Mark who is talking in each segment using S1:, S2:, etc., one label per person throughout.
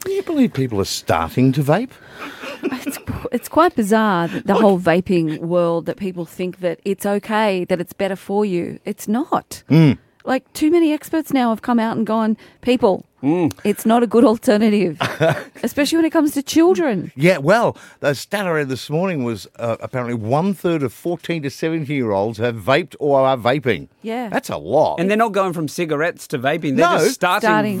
S1: Can you believe people are starting to vape?
S2: It's, it's quite bizarre that the whole vaping world that people think that it's okay, that it's better for you. It's not. Like too many experts now have come out and gone, people, it's not a good alternative, especially when it comes to children.
S1: Yeah, well, the stat I read this morning was uh, apparently one third of 14 to 17 year olds have vaped or are vaping.
S2: Yeah.
S1: That's a lot.
S3: And they're not going from cigarettes to vaping. They're
S1: No.
S3: just starting,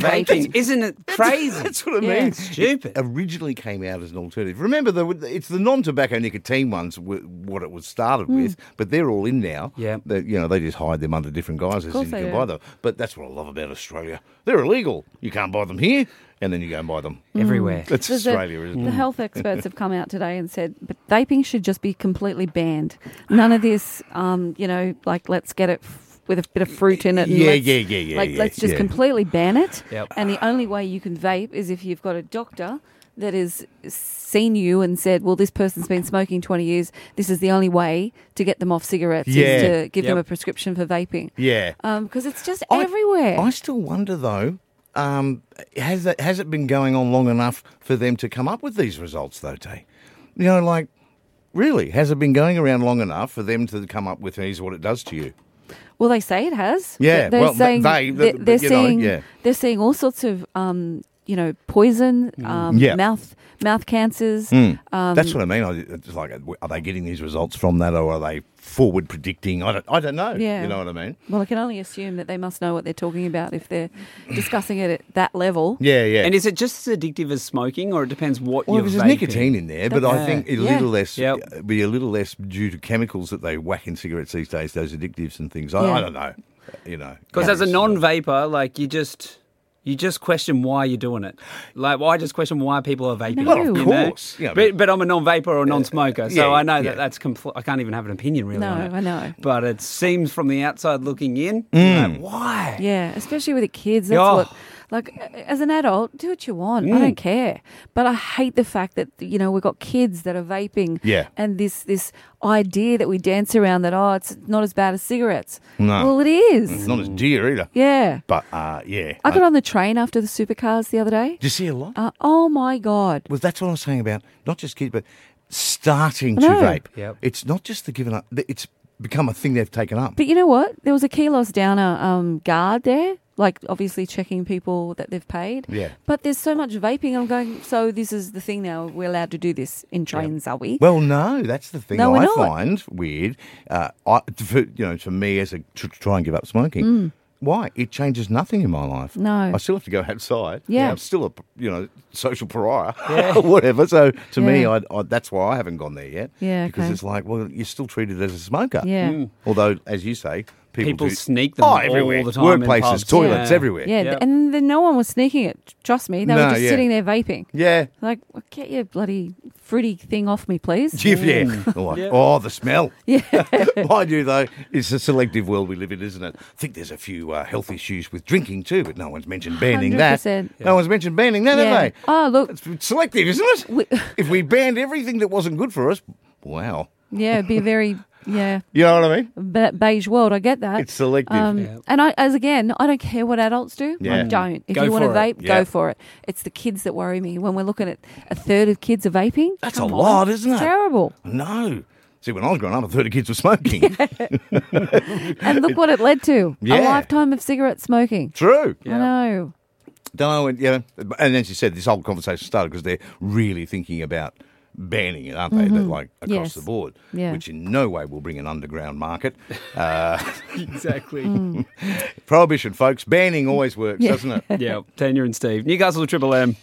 S2: Starting
S3: vaping.
S2: vaping.
S3: Isn't it crazy?
S1: That's what I
S2: Yeah.
S1: mean.
S3: Stupid.
S1: It originally came out as an alternative. Remember, the, it's the non-tobacco nicotine ones w- what it was started
S2: Hmm.
S1: with, but they're all in now.
S3: Yeah.
S1: They, you know, they just hide them under different guises and
S2: course
S1: you
S2: they
S1: can
S2: do.
S1: buy them. But that's what I love about Australia. They're illegal. You can't buy them here, and then you go and buy them.
S3: Everywhere.
S1: That's
S2: Mm. There's a-
S1: Australia, isn't
S2: The
S1: it?
S2: health experts have come out today and said, but vaping should just be completely banned. None of this, um, you know, like let's get it f- with a bit of fruit in it. and
S1: Yeah,
S2: let's-
S1: yeah, yeah, yeah,
S2: Like
S1: yeah,
S2: let's just
S1: yeah.
S2: completely ban it.
S3: Yep.
S2: And the only way you can vape is if you've got a doctor that has seen you and said, well, this person's been smoking 20 years. This is the only way to get them off cigarettes
S1: Yeah.
S2: is to give them
S3: Yep.
S2: a prescription for vaping.
S1: Yeah.
S2: Because it's just
S1: I-
S2: everywhere.
S1: I still wonder though. Um, has that has it been going on long enough for them to come up with these results though, Tay? You know, like really, has it been going around long enough for them to come up with here's what it does to you?
S2: Well, they say it has.
S1: Yeah,
S2: they're
S1: well, th-
S2: saying
S1: they-
S2: they're,
S1: th-
S2: they're
S1: you know,
S2: seeing
S1: yeah.
S2: they're seeing all sorts of um, you know poison, um,
S1: Yeah. Mm.
S2: mouth mouth cancers. Um,
S1: That's what I mean. I- It's like, are they getting these results from that, or are they forward predicting? I don't, I don't know.
S2: Yeah.
S1: You know what I mean?
S2: well, I can only assume that they must know what they're talking about if they're discussing it at that level.
S1: Yeah, yeah.
S3: And is it just as addictive as smoking, or it depends what
S1: well,
S3: you're
S1: there's
S3: vaping?
S1: nicotine in there, but I
S3: Yeah.
S1: think a
S2: Yeah.
S1: little less,
S3: Yep.
S1: be a little less due to chemicals that they whack in cigarettes these days, those addictives and things. I,
S2: Yeah.
S1: I don't know. You know,
S3: Because as a
S1: Yeah.
S3: non-vapor, like you just you just question why you're doing it. Like well, I just question why people are vaping.
S2: Well, of
S3: you know?
S1: course, yeah,
S3: but but I'm a non-vapor or non-smoker, so
S1: yeah,
S3: I know
S1: yeah.
S3: that that's compl- I can't even have an opinion really.
S2: No,
S3: on it.
S2: I know.
S3: But it seems from the outside looking in,
S1: Mm.
S3: you're like, why?
S2: Yeah, especially with the kids. That's
S3: Yeah.
S2: what, like, as an adult, do what you want.
S1: Mm.
S2: I don't care. But I hate the fact that you know we've got kids that are vaping.
S1: Yeah.
S2: And this this idea that we dance around that oh it's not as bad as cigarettes.
S1: No. Mm.
S2: Well, it is.
S1: It's not as dear either.
S2: Yeah.
S1: But uh, yeah,
S2: I got on the train after the supercars the other day.
S1: Did you see a lot?
S2: Uh, oh my god!
S1: Well, that's what I was saying about not just kids, but starting
S2: I
S1: to
S2: know.
S1: vape.
S3: Yep.
S1: It's not just the giving up; th- it's become a thing they've taken up.
S2: But you know what? There was a Kilos Downer um, guard there, like obviously checking people that they've paid.
S1: Yeah.
S2: But there's so much vaping. I'm going. So this is the thing now. We're allowed to do this in trains, are we?
S1: Well, no, that's the thing
S2: No, we're
S1: I
S2: not.
S1: find weird. Uh, I, for, you know, for me as a to try and give up smoking. Why? It changes nothing in my life.
S2: Mm. No.
S1: I still have to go outside.
S2: Yeah.
S1: I'm still a you know social pariah or whatever. So to me,
S2: Yeah.
S1: I, I, that's why I haven't gone there yet.
S2: Yeah,
S1: because
S2: okay.
S1: it's like, well, you're still treated as a smoker.
S2: Yeah. Mm.
S1: Although, as you say, people,
S3: People
S1: do-
S3: sneak them
S1: oh,
S3: all
S1: everywhere.
S3: the time in
S1: Workplaces,
S3: pubs.
S1: toilets,
S3: Yeah.
S1: everywhere.
S2: yeah.
S3: Yeah.
S2: And then no one was sneaking it. Trust me, they
S1: No,
S2: were just
S1: yeah.
S2: sitting there vaping.
S1: Yeah.
S2: Like, well, get your bloody fruity thing off me, please.
S1: Yeah.
S3: Mm.
S1: Oh, oh, the smell. Yeah. Mind you, though, it's a selective world we live in, isn't it? I think there's a few uh, health issues with drinking too, but no one's mentioned banning that.
S2: 100%.
S1: No one's mentioned banning that,
S2: Yeah.
S1: have they?
S2: Oh, look.
S1: It's selective, isn't it?
S2: We-
S1: if we banned everything that wasn't good for us, wow.
S2: Yeah, it'd be very yeah.
S1: You know what I mean?
S2: be- beige world. I get that. Um,
S1: It's selective.
S3: Yeah.
S2: And I, as again, I don't care what adults do. I
S1: Yeah.
S2: don't. If
S3: Go
S2: you want to
S3: for it.
S2: vape,
S1: Yeah.
S2: go for it. It's the kids that worry me. When we're looking at a third of kids are vaping,
S1: That's
S2: come
S1: a
S2: on.
S1: lot, isn't
S2: It's
S1: it?
S2: terrible.
S1: No. See, when I was growing up, a third of kids were smoking.
S2: And look what it led to a
S1: Yeah.
S2: lifetime of cigarette smoking.
S1: True.
S2: I know.
S1: Then I went, yeah. And as you said, this whole conversation started because they're really thinking about banning it, aren't they? That, like across
S2: Mm-hmm. Yes.
S1: the board,
S2: Yeah.
S1: which in no way will bring an underground market. Uh,
S3: exactly.
S2: Mm.
S1: prohibition, folks, banning always works, doesn't it?
S3: yeah, Tanya and Steve, Newcastle Triple M.